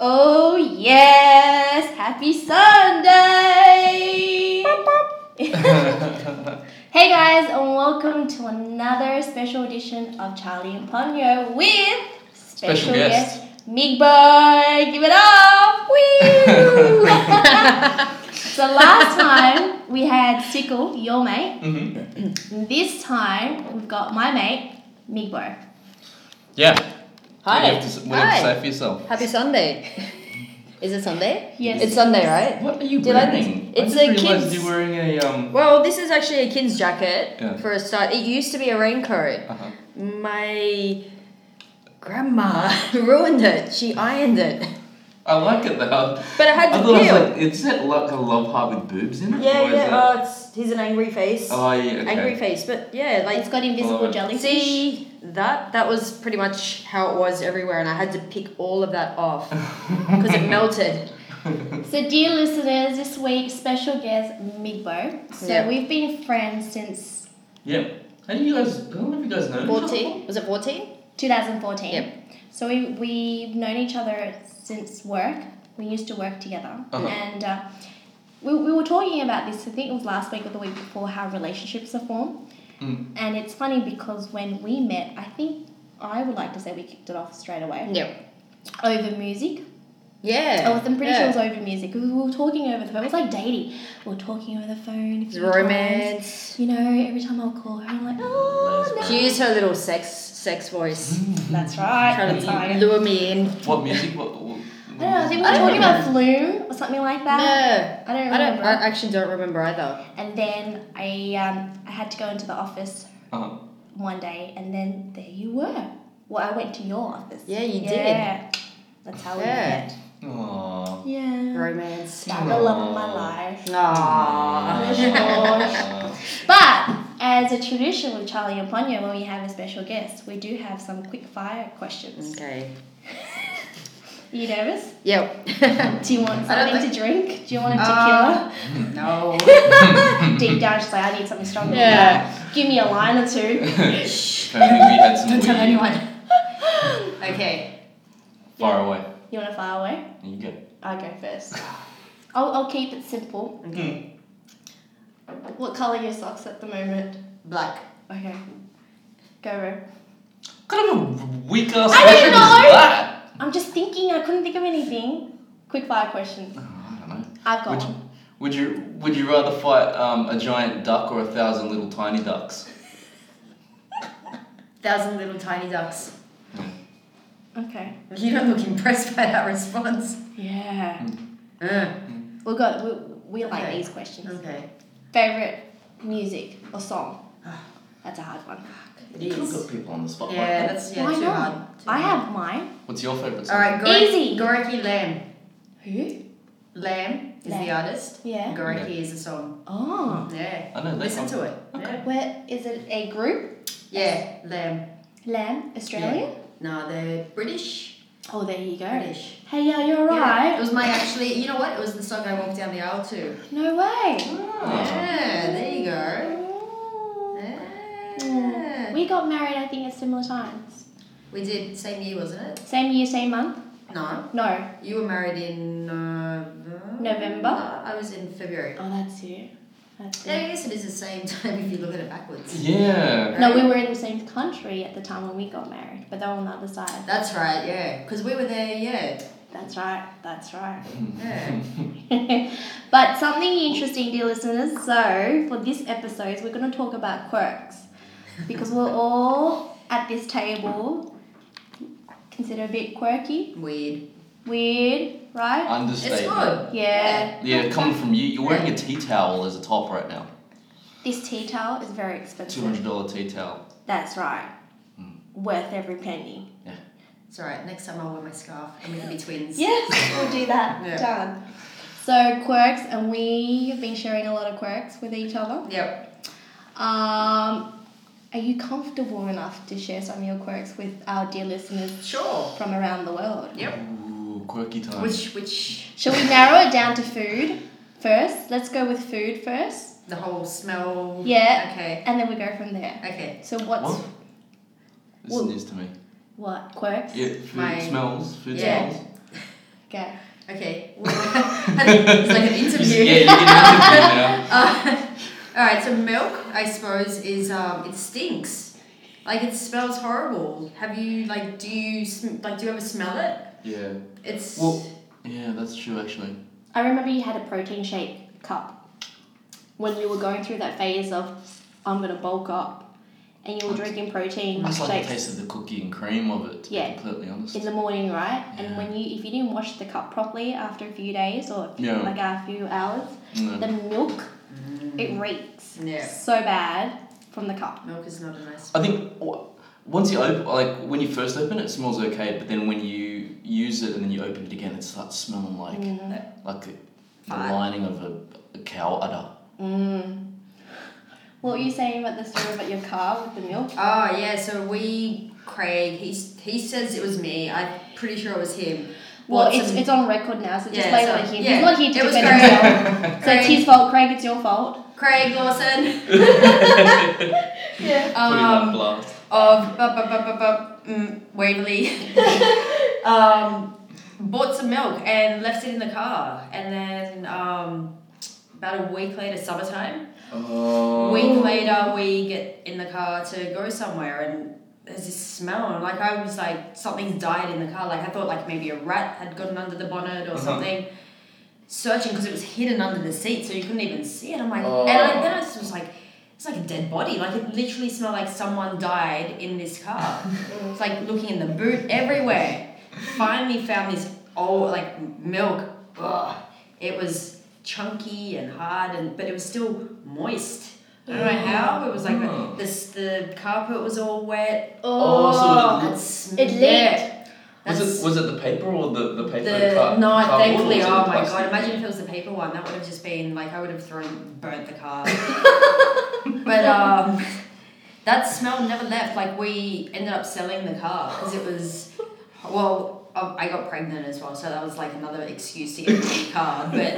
Oh yes, happy Sunday! hey guys, and welcome to another special edition of Charlie and Ponyo with Special guest. Meek Boy. Give it up! Woo! so last time we had Sickle, your mate. Mhm. This time we've got my mate, Meek Boy. Yeah. Hi. What do you have to, s- what do you have to Hi. say for yourself? Happy Sunday. Is it Sunday? Yes. It's Sunday, right? What are you Did I- wearing? it's I a just realized kid's- you're wearing a um. Well, this is actually a kid's jacket Yeah. for a start. It used to be a raincoat. Uh-huh. My grandma ruined it. She ironed it. I like it though. But it I had to thought it peel. was like, is it like a love heart with boobs in it? yeah, Or is yeah. that- Oh, it's he's an angry face. oh, yeah. Okay. Angry face. But yeah, like it's got invisible Hello. jellyfish. see that that was pretty much how it was everywhere, and I had to pick all of that off because it melted. So, dear listeners, this week's special guest, Migbo. So, Yeah. we've been friends since yeah. How do you guys? I don't know if you guys know. each other. Fourteen? Was it fourteen? 2014. Yep. So, we, we've known each other since work. We used to work together. Uh-huh. And uh, we, we were talking about this, I think it was last week or the week before, how relationships are formed. Mm. And it's funny because when we met, I think I would like to say we kicked it off straight away Yep. over music. Yeah. I was, Oh, I'm pretty yeah. sure it was over music. We were talking over the phone. It was like dating. We were talking over the phone. a It's few times. romance. You know, every time I'll call her, I'm like, oh, no. She used her little sex sex voice, That's right. trying That's right. to lure me in. What music? What? what I don't know, I think we were talking about flume or something like No, that. I I don't don't. remember. I actually don't remember either. and then I, um, I had to go into the office Uh-huh. one day, and then there you were. Well, I went to your office. Yeah, you did. yeah. did. That's how we Yeah. met. Aww. Yeah. Romance. I'm the love of my life. Aww. But as a tradition with Charlie and Ponyo, when we have a special guest, we do have some quick fire questions. okay. Are you nervous? Yep. Do you want I don't something to drink? Do you want a tequila? Uh, no. Deep down, she's like, I need something stronger. than Yeah. that. Give me a line or two. If only we had some Don't tell weed anyone. okay. Far away. You want to fire away? You go. I'll go first. I'll, I'll keep it simple. Okay. What colour are your socks at the moment? Black. Okay. Go, Ro. Kind of a weak ass I question Ah! don't know. is that? I'm just thinking, I couldn't think of anything. Quick fire questions. Oh, I don't know. I've got Would one. you, would you would you rather fight um, a giant duck or a thousand little tiny ducks? Thousand little tiny ducks. Okay. You don't look impressed by that response. Yeah. Uh, We got. We, we like Okay. these questions. okay. Favorite music or song? Ah. That's a hard one. It You could is. put people on the spot. Yeah, Like that. that's yeah, Why too not? hard. Too I hard. have mine. What's your favorite song? All right, Gorek, Easy. Goreki Lamb. Who? Lamb is the Lamb. artist. Yeah. Goreki is a song. Oh. Yeah. I know that Listen one. to it. Yeah. Where is it? A group? Yeah. Lamb. Lamb? Australian? No, they're British. Oh, there you go. British. Hey, yeah, you're Yeah. It right. was my actually. You know what? It was the song I walked down the aisle to. No way. Ah. Yeah. There you go. Mm. Yeah. We got married, I think, at similar times. We did same year, wasn't it? Same year, same month? No, No. you were married in uh, November? I was in February. Oh, that's you. That's Yeah, you. I guess it is the same time if you look at it backwards. Yeah. No, we were in the same country at the time when we got married, but they were on the other side. That's right. Yeah, because we were there. Yeah. That's right. That's right. Yeah. but something interesting, dear listeners. So for this episode, we're going to talk about quirks because we're all at this table considered a bit quirky, Weird. weird, right? It's Understatement. good. Yeah. Yeah, coming from you, you're wearing a tea towel as a top right now. This tea towel is very Two expensive. hundred dollar tea towel. That's right. Worth every penny. It's alright, next time I'll wear my scarf and we can be twins. Yes, we'll do that. Yeah. Done. So quirks, and we have been sharing a lot of quirks with each other. Yep. Um, are you comfortable enough to share some of your quirks with our dear listeners Sure. from around the world? Yep. Ooh, quirky time. Which which Shall we narrow it down to food first? Let's go with food first. the whole smell Yeah. Okay. And then we go from there. Okay. So what's what? what, This is news to me. quirks? Yeah, food My- smells. Food Yeah. smells. Okay. Okay. I think it's like an interview. yeah, you can interview now. Uh, all right, so milk, I suppose, is um, it stinks. Like it smells horrible. Have you like do you sm- like do you ever smell it? Yeah. It's Well- Yeah, that's true actually. I remember you had a protein shake cup when you were going through that phase of I'm gonna bulk up, and you were drinking protein I just like the shakes taste of the cookie and cream of it. To Yeah. Be completely honest. in the morning, right? And Yeah. when you if you didn't wash the cup properly after a few days or Yeah. like a few hours, No. the milk it reeks Mm. yeah. so bad from the cup. Milk is not a nice. I think w- once you open, like when you first open it, it smells okay. But then when you use it and then you open it again, it starts smelling like Mm. like the, the Fart. lining of a, a cow udder. Mm. What were you saying about the story about your car with the milk? Oh yeah, so we Craig he s- he says it was me. I'm pretty sure it was him. Well, Bought it's, some- it's on record now, so just Yeah, blame it so- on him. yeah. He's not here to It was defend Craig. himself. so it's Craig. his fault, Craig. It's your fault. Craig Lawson. Yeah. Put it on Um, blast. of bu- bu- bu- bu- bu- mm, Waverley. um, bought some milk and left it in the car, and then um, about a week later, summertime. Oh. Week later, we get in the car to go somewhere, and there's this smell. And like I was like, something's died in the car. Like I thought like maybe a rat had gotten under the bonnet or Uh-huh. something. Searching because it was hidden under the seat, so you couldn't even see it. I'm like, Oh. and I, then I was just like, it's like a dead body. Like it literally smelled like someone died in this car. it's like looking in the boot everywhere. Finally found this old Oh, like m- milk. Ugh. It was chunky and hard, and but it was still moist. I don't know how it was like Oh. this. The carpet was all wet. Oh, so that it smell- leaked. yeah. Was That's- it was it the paper or the the paper the car- no, cardboard, or thankfully, was it oh my plastic? god! Imagine if it was the paper one. That would have just been like I would have thrown, burnt the car. but um, that smell never left. Like we ended up selling the car because it was, well, um, I I got pregnant as well, so that was like another excuse to get rid of the car. But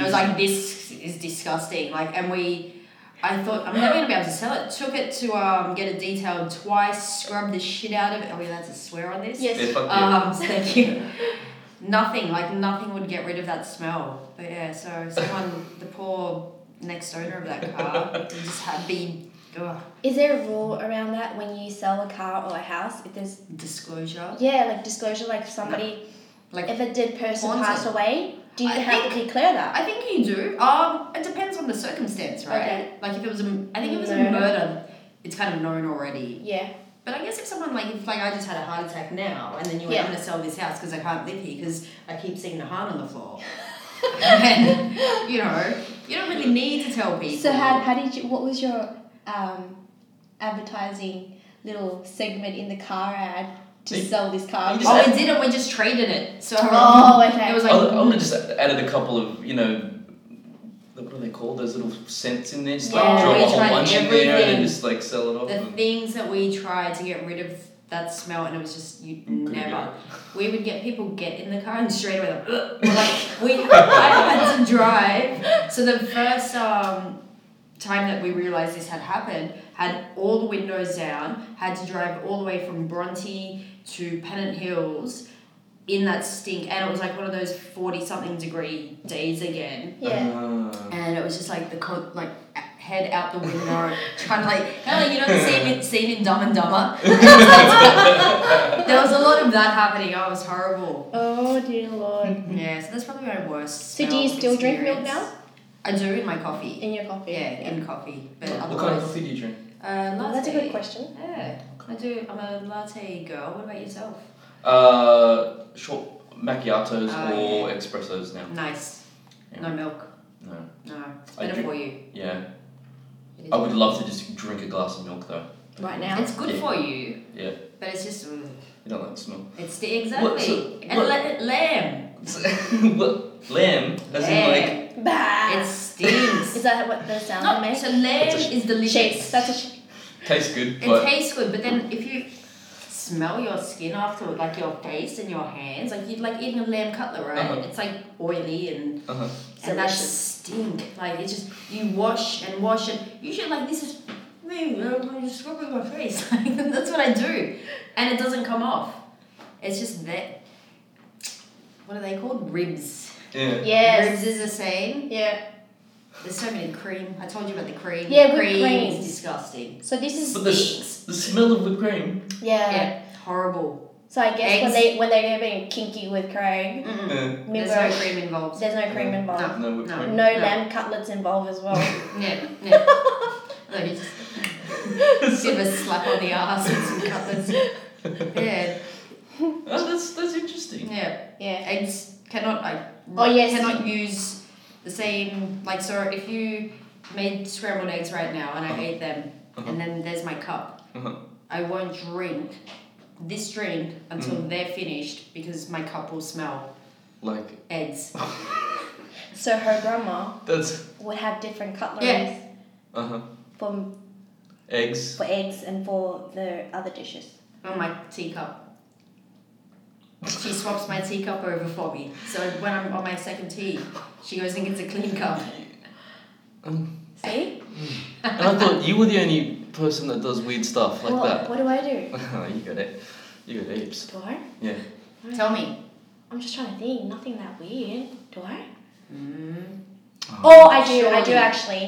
I was like, this is disgusting. Like, and we. I thought I'm never gonna be able to sell it. Took it to um, get it detailed twice. Scrubbed the shit out of it. Are we allowed to swear on this? Yes. Yeah, fuck yeah. Um, thank you. nothing, like nothing would get rid of that smell. But yeah, so someone, the poor next owner of that car, would just had been ugh, Is there a rule around that when you sell a car or a house? If there's disclosure. yeah, like disclosure, like somebody, Like- if a dead person Haunted. passed away, do you I have to declare that? I think you do. Um, it depends on the circumstance, right? Okay. Like if it was a, I think it was a Murder. murder. It's kind of known already. yeah. But I guess if someone like if like I just had a heart attack now, and then you were Yeah. going to sell this house because I can't live here because I keep seeing the heart on the floor. and you know, you don't really need to tell people. So how, how did you? What was your um, advertising little segment in the car ad to You- sell this car? you just Oh, we didn't. We just traded it. So Oh, okay. It was I would like have just added a couple of, you know, the- what are they called? Those little scents in there. Just like Yeah, drop we a whole tried bunch in there and everything. then just like sell it off. the and- things that we tried to get rid of that smell, and it was just you Couldn't never. We would get people get in the car and straight away like, "Ugh." We're like we I had to drive. So the first um, time that we realized this had happened, had all the windows down, had to drive all the way from Bronte to Pennant Hills. In that stink, and it was like one of those forty something degree days again. Oh, yeah. Ah. and it was just like the co- like head out the window, trying to like kind of like you know the scene, scene in Dumb and Dumber. there was a lot of that happening. Oh, it was horrible. Oh dear lord. Yeah, so that's probably my worst. So do you smell still drink milk experience. now? I do in my coffee. In your coffee? Yeah, in coffee, but What kind of otherwise, coffee do you drink? uh, latte. Well, that's a good question. Yeah, I do. I'm a latte girl. What about yourself? Uh, short macchiatos Oh, or espressos now. Nice. Yeah. No milk. No. No, it's I better do- for you. Yeah. It is I would love to just drink a glass of milk though. Right now. It's good Yeah. for you. Yeah. But it's just, mm, You don't like the smell. it's the exactly. What- so- eh? and what- la- lamb. what? Lamb? As in like. Lamb. Bah. Ah. It stinks. Is that what the sound not makes? so lamb It's a- is delicious. Shakes. That's a sh- Tastes good, it but. tastes good, but then if you smell your skin afterward, like your face and your hands, like you like eating a lamb cutlet, right? Uh-huh. It's like oily and uh-huh. and that Delicious. stink. Like it's just you wash and wash it. Usually like this is me. I'm just scrubbing my face. Like that's what I do, and it doesn't come off. It's just that. what are they called? Ribs. Yeah. Yes. Ribs is a saying. Yeah. There's so many cream. I told you about the cream. Yeah, whipped cream, cream. is disgusting. So this is But the, s- the smell of whipped cream. yeah. yeah, horrible. So I guess when Eggs. they when they're being kinky with Craig, Mm-mm. Yeah. remember There's no cream involved. there's no cream involved. No whipped No. No, cream. lamb cutlets involved as well. Yeah, yeah. no, you just give a slap on the ass and some cutlets. Yeah, Oh, that's that's interesting. yeah. yeah. Eggs cannot. I Oh, yes. cannot use the same. Like so, if you made scrambled eggs right now and I ate them, Uh-huh. and then there's my cup. Uh-huh. I won't drink this drink until Mm. they're finished because my cup will smell Like eggs. So her grandma that's would have different cutleries Yeah. uh huh. for Eggs. for eggs and for the other dishes. on Oh, my teacup. She swaps my teacup over for me. So when I'm on my second tea, she goes and gets a clean cup. Um, See? and I thought you were the only person that does weird stuff like what, that. what do I do? you got it. You got apes. Do I? Yeah. Tell me. I'm just trying to think. Nothing that weird. Do I? Mm. Oh, I do. I do Surely. actually.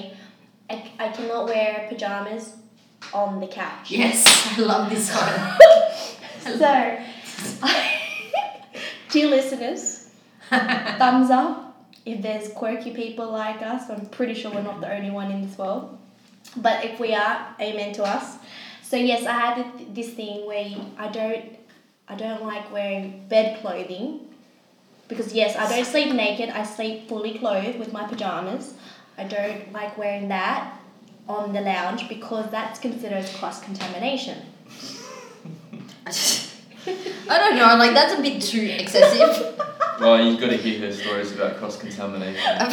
I, I cannot wear pajamas on the couch. Yes, I love this one. So, dear listeners, thumbs up if there's quirky people like us. I'm pretty sure we're not the only one in this world. But if we are, amen to us. So yes, I had th- this thing where I don't, I don't like wearing bed clothing, because yes, I don't sleep naked. I sleep fully clothed with my pajamas. I don't like wearing that on the lounge because that's considered cross contamination. I just- I don't know, like that's a bit too excessive. Well, you've got to hear her stories about cross contamination. I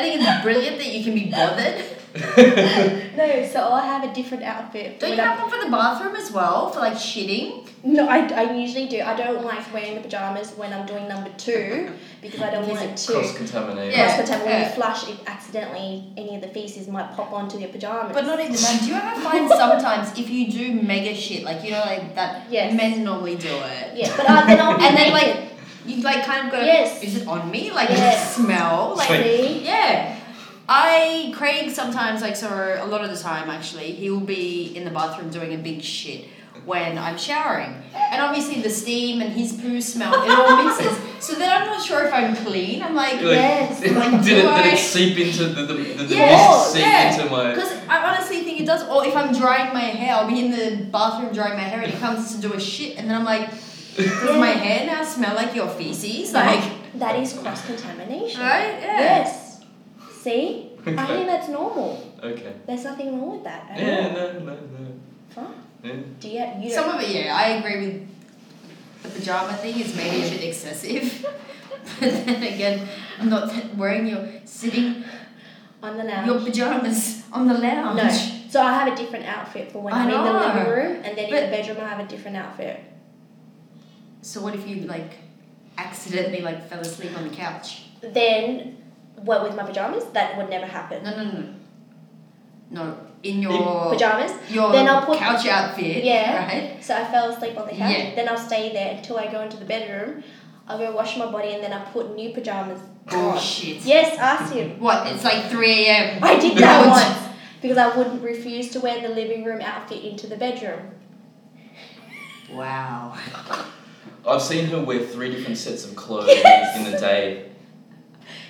think it's brilliant that you can be bothered. No, so I'll have a different outfit. Don't you when I'm- have one for the bathroom as well, for like shitting? No, I, I usually do. I don't like wearing the pajamas when I'm doing number two because I don't want it to. cross contamination. Cross Yeah. contaminate. When yeah. you flush it accidentally, any of the feces might pop onto your pajamas. But not even that. Do you ever find sometimes if you do mega shit, like you know, like that Yes. men normally do it? yeah, but I, then I'll be And then naked. like you like kind of go Yes. is it on me? Like Yes. you smell like Sweet. see, yeah. I Craig sometimes like so a lot of the time actually he will be in the bathroom doing a big shit when I'm showering and obviously the steam and his poo smell it all mixes so then I'm not sure if I'm clean I'm like You're like, Yes, like, did, it, do did I- it seep into the, the, the, the Yeah, mist seep yeah. into my because I honestly think it does or if I'm drying my hair I'll be in the bathroom drying my hair and he comes to do a shit and then I'm like does my hair now smell like your feces like that is cross contamination. right Yes. See, I okay. think that's normal. okay There's nothing wrong with that. At yeah all. no no no Fine. yeah. Do you? you Some don't, of it, yeah, I agree with the pajama thing is maybe a bit excessive. but then again, I'm not wearing your sitting on the lounge. your pajamas on the lounge. No. So I have a different outfit for when I I'm in the know. living room, and then in the But- bedroom I have a different outfit. So what if you like accidentally like fell asleep on the couch? Then, what with my pajamas? That would never happen. No, no, no. No, in your Pajamas. your Then I'll put- couch outfit. Yeah. Right. So I fell asleep on the couch. Yeah. Then I'll stay there until I go into the bedroom. I'll go wash my body, and then I put new pajamas. on. Bullshit. Yes, ask him. Oh, What? It's like three a.m. I did that No, once because I wouldn't refuse to wear the living room outfit into the bedroom. Wow. I've seen her wear three different sets of clothes Yes. in a day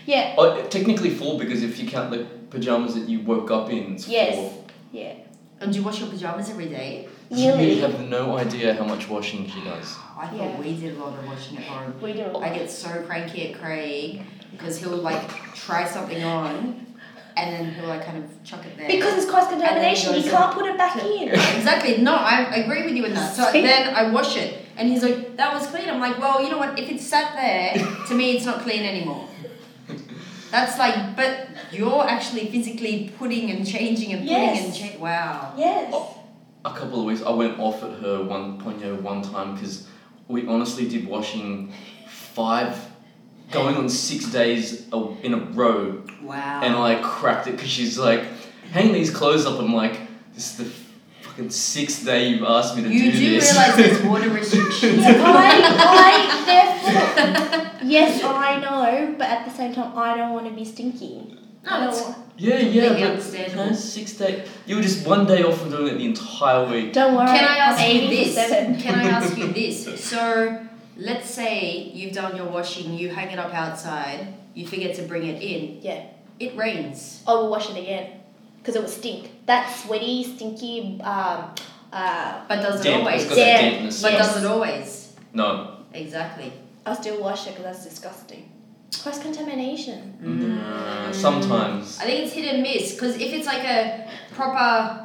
Yeah. oh, technically four because if you count the pajamas that you woke up in it's Yes. four Yeah. And do you wash your pajamas every day? you Nearly. have no idea how much washing she does Oh, I thought Yeah. we did a lot of washing at home. We do. I get so cranky at Craig because he'll like try something on and then he'll like kind of chuck it there. Because it's cross contamination, goes you can't put it back in. exactly, no, I agree with you in that. So See? then I wash it and he's like, that was clean. I'm like, well, you know what? If it's sat there, to me, it's not clean anymore. That's like, but you're actually physically putting and changing and putting Yes. and changing. Wow. Yes. a couple of weeks I went off at her one point you know, one time because we honestly did washing five going on six days a- in a row Wow. and I cracked it because she's like, hang these clothes up. I'm like, this is the fucking sixth day you've asked me to You do, do this. realize there's water restrictions. Yeah, I, I, therefore, yes, I know, but at the same time, I don't want to be stinky. I No, don't, it's- wa- yeah, Completely yeah, but understandable. no, six day. You were just one day off from doing it the entire week. don't worry. Can I ask I'm you this? 87. Can I ask you this? So, let's say you've done your washing, you hang it up outside, you forget to bring it in. Yeah. It rains. I will wash it again because it would stink. That sweaty, stinky. Um, uh, But does it Damp, always? it's got Yeah. that dampness. But to it. does it always? no. Exactly. I'll still wash it because that's disgusting. Cross contamination. Mm, Sometimes. I think it's hit and miss because if it's like a proper,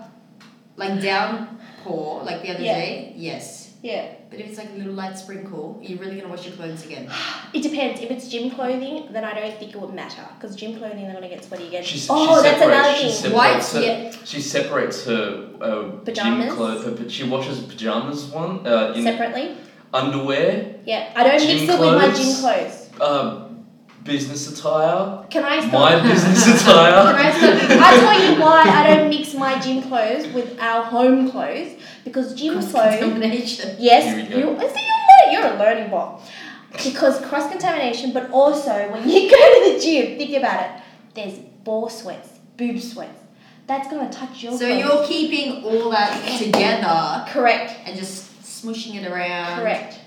like downpour, like the other Yeah. day, yes. Yeah. But if it's like a little light sprinkle, are you really gonna wash your clothes again? It depends. If it's gym clothing, then I don't think it would matter because gym clothing they're gonna get sweaty again. She, s- oh, she that's separates, another she thing. separates White, her, yeah. She separates her uh, Pajamas? gym clothes. Her, pa- she washes pajamas one uh, in Separately. underwear, Yeah. I don't Gym mix it with my gym clothes? clothes. uh, business attire, Can I stop? my business attire. Can I stop? I tell you why I don't mix my gym clothes with our home clothes because gym clothes Contamination. Yes, Here we go. you. See, you're, lear- you're a learning ball because cross contamination. But also, when you go to the gym, think about it. There's ball sweats, boob sweats. That's gonna touch your. So clothes. you're keeping all that together correct. and just smooshing it around. Correct.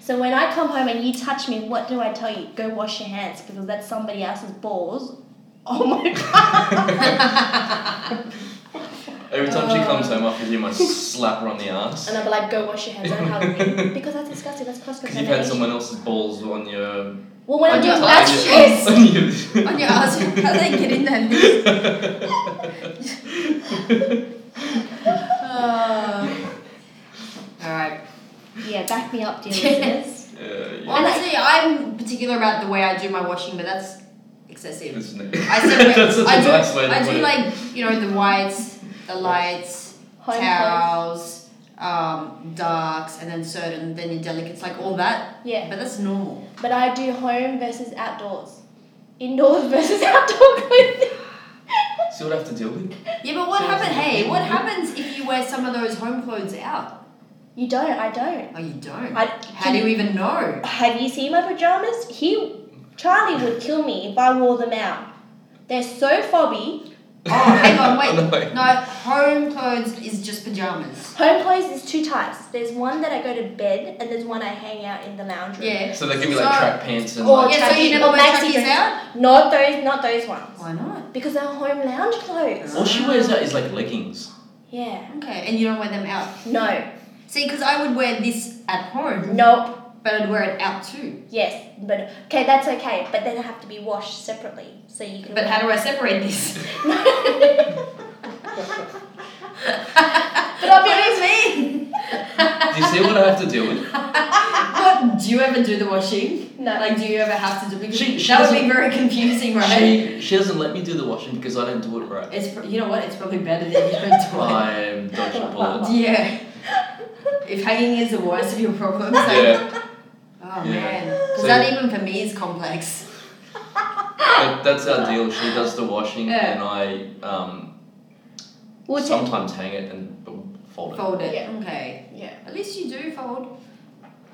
So when I come home and you touch me, what do I tell you? Go wash your hands because that's somebody else's balls. Oh my god! Every time she comes home, I can Uh. hear my slap her on the ass. and I'll be like, go wash your hands. Don't hug me because that's disgusting. That's cross Because you've had contamination. someone else's balls on your. Well, when on I'm your doing tongue. that, on your- yes. on your- On your ass, how they get in there? all right. Yeah, back me up, dear listeners. Yeah, yeah. Honestly, I'm particular about the way I do my washing, but that's excessive. That's n- I separate. That's such I a do, nice way to I put do it. like you know the whites, the lights, Home clothes. towels, um, darks, and then certain then your delicates, like all that. Yeah. But that's normal. But I do home versus outdoors. Indoors versus outdoor clothing. See what I have to deal with? Yeah, but what happens? Hey, what happens if you wear some of those home clothes out? You don't, I don't. Oh, you don't. I, How do you even know? Have you seen my pajamas? He, Charlie would kill me if I wore them out. They're so fobby. Oh, hang on, wait. No. No, home clothes is just pajamas. Home clothes is two types. There's one that I go to bed and there's one I hang out in the lounge room. Yeah. So they can be like So- track pants and Oh, like. Yeah, so you never Or wear maxi trackies dresses. out? Not those, not those ones. Why not? Because they're home lounge clothes. All she wears out is like leggings. Yeah. Okay, and you don't wear them out. No. See, because I would wear this at home, Nope. but I'd wear it out too. Yes. But okay, that's okay. But then they have to be washed separately, so you can. But how do I separate this? But I'll be honest, what do you Do you mean? see what I have to deal with? What, do you ever do the washing? No. Like, do you ever have to do? Because She- she that would be doesn't- very confusing, right? She, she doesn't let me do the washing because I don't do it right. It's pr- you know what? It's probably better that you don't do it. I'm dodging bullets. Yeah. If hanging is the worst of your problems, like, Yeah, oh Yeah. man, because So- that even for me is complex. that, that's our deal. She does the washing Yeah. and I um, We'll take- sometimes hang it and b- fold it. Fold it. Yeah. Okay. Yeah. At least you do fold.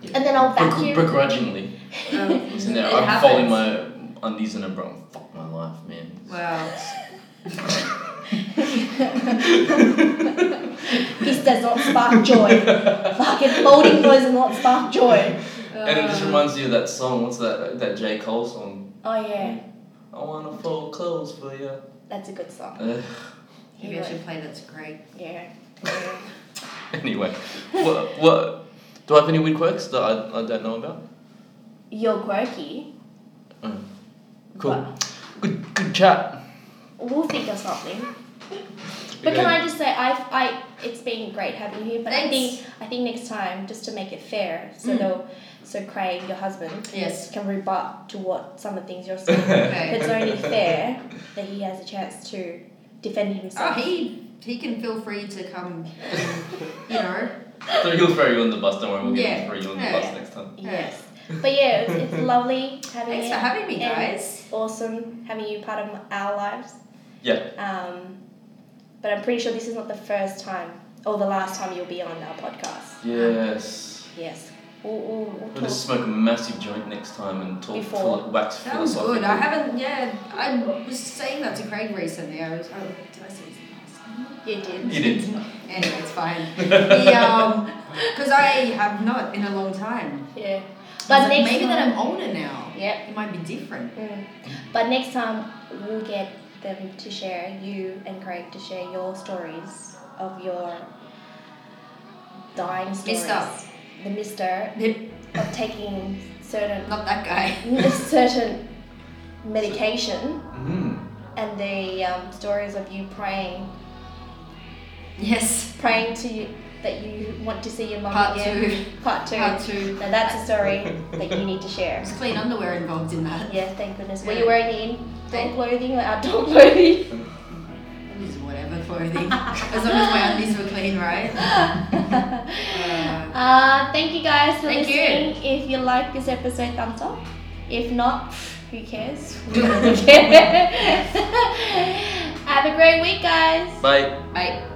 Yeah. And then I'll Begr- vacuum. begrudgingly. Um, It's in there. It I'm happens. folding my undies in a bra. Fuck my life, man. wow. This does not spark joy. Fucking folding clothes does not spark joy. And it just reminds you of that song. What's that? That J Cole song. Oh yeah, I wanna fold clothes for you. that's a good song. Maybe I should play that's great. Yeah. anyway, what what? Do I have any weird quirks that I, I don't know about? You're quirky. Cool. Good good chat. We'll think of something. But can I just say I I it's been great having you. But I Thanks. think I think next time just to make it fair, so they'll so Craig, your husband, Yes. can rebut to what some of the things you're saying. Okay. it's only fair that he has a chance to defend himself. Oh, he he can feel free to come. and, You know. So he'll throw you on the bus. Don't worry, we'll get him Yeah. to throw you on the Yeah. bus next time. Yes. But yeah, it's, it's lovely having Thanks you. for having me, And guys. it's awesome having you part of our lives. Yeah. Um, but I'm pretty sure this is not the first time or the last time you'll be on our podcast. Yes. Yes. We'll, we'll, We'll we'll just talk. smoke a massive joint next time and talk Before. philo- wax That was philosophical. good. I haven't. Yeah, I was saying that to Craig recently. I was. Oh, did I say this last time? You did. You did. Anyway, it's fine. The um, because I have not in a long time. Yeah. I was But like, next maybe that time, I'm older now. Yep. It might be different. Mm. But next time we'll get them to share you and Craig to share your stories of your dying stories. Mister. The Mister Hip- of taking certain Not that guy. certain medication Mm. and the um, stories of you praying Yes. praying to you that you want to see your mum Part again. Part two. Part two. Now that's a story that you need to share. There's clean underwear involved in that. Yeah, thank goodness. Were Yeah. you wearing the indoor clothing or outdoor clothing? Just whatever clothing. as long as my undies were clean, right? Uh, Uh, thank you guys for Thank you. listening. If you like this episode, thumbs up. If not, who cares? We don't care. Have a great week, guys. Bye. bye.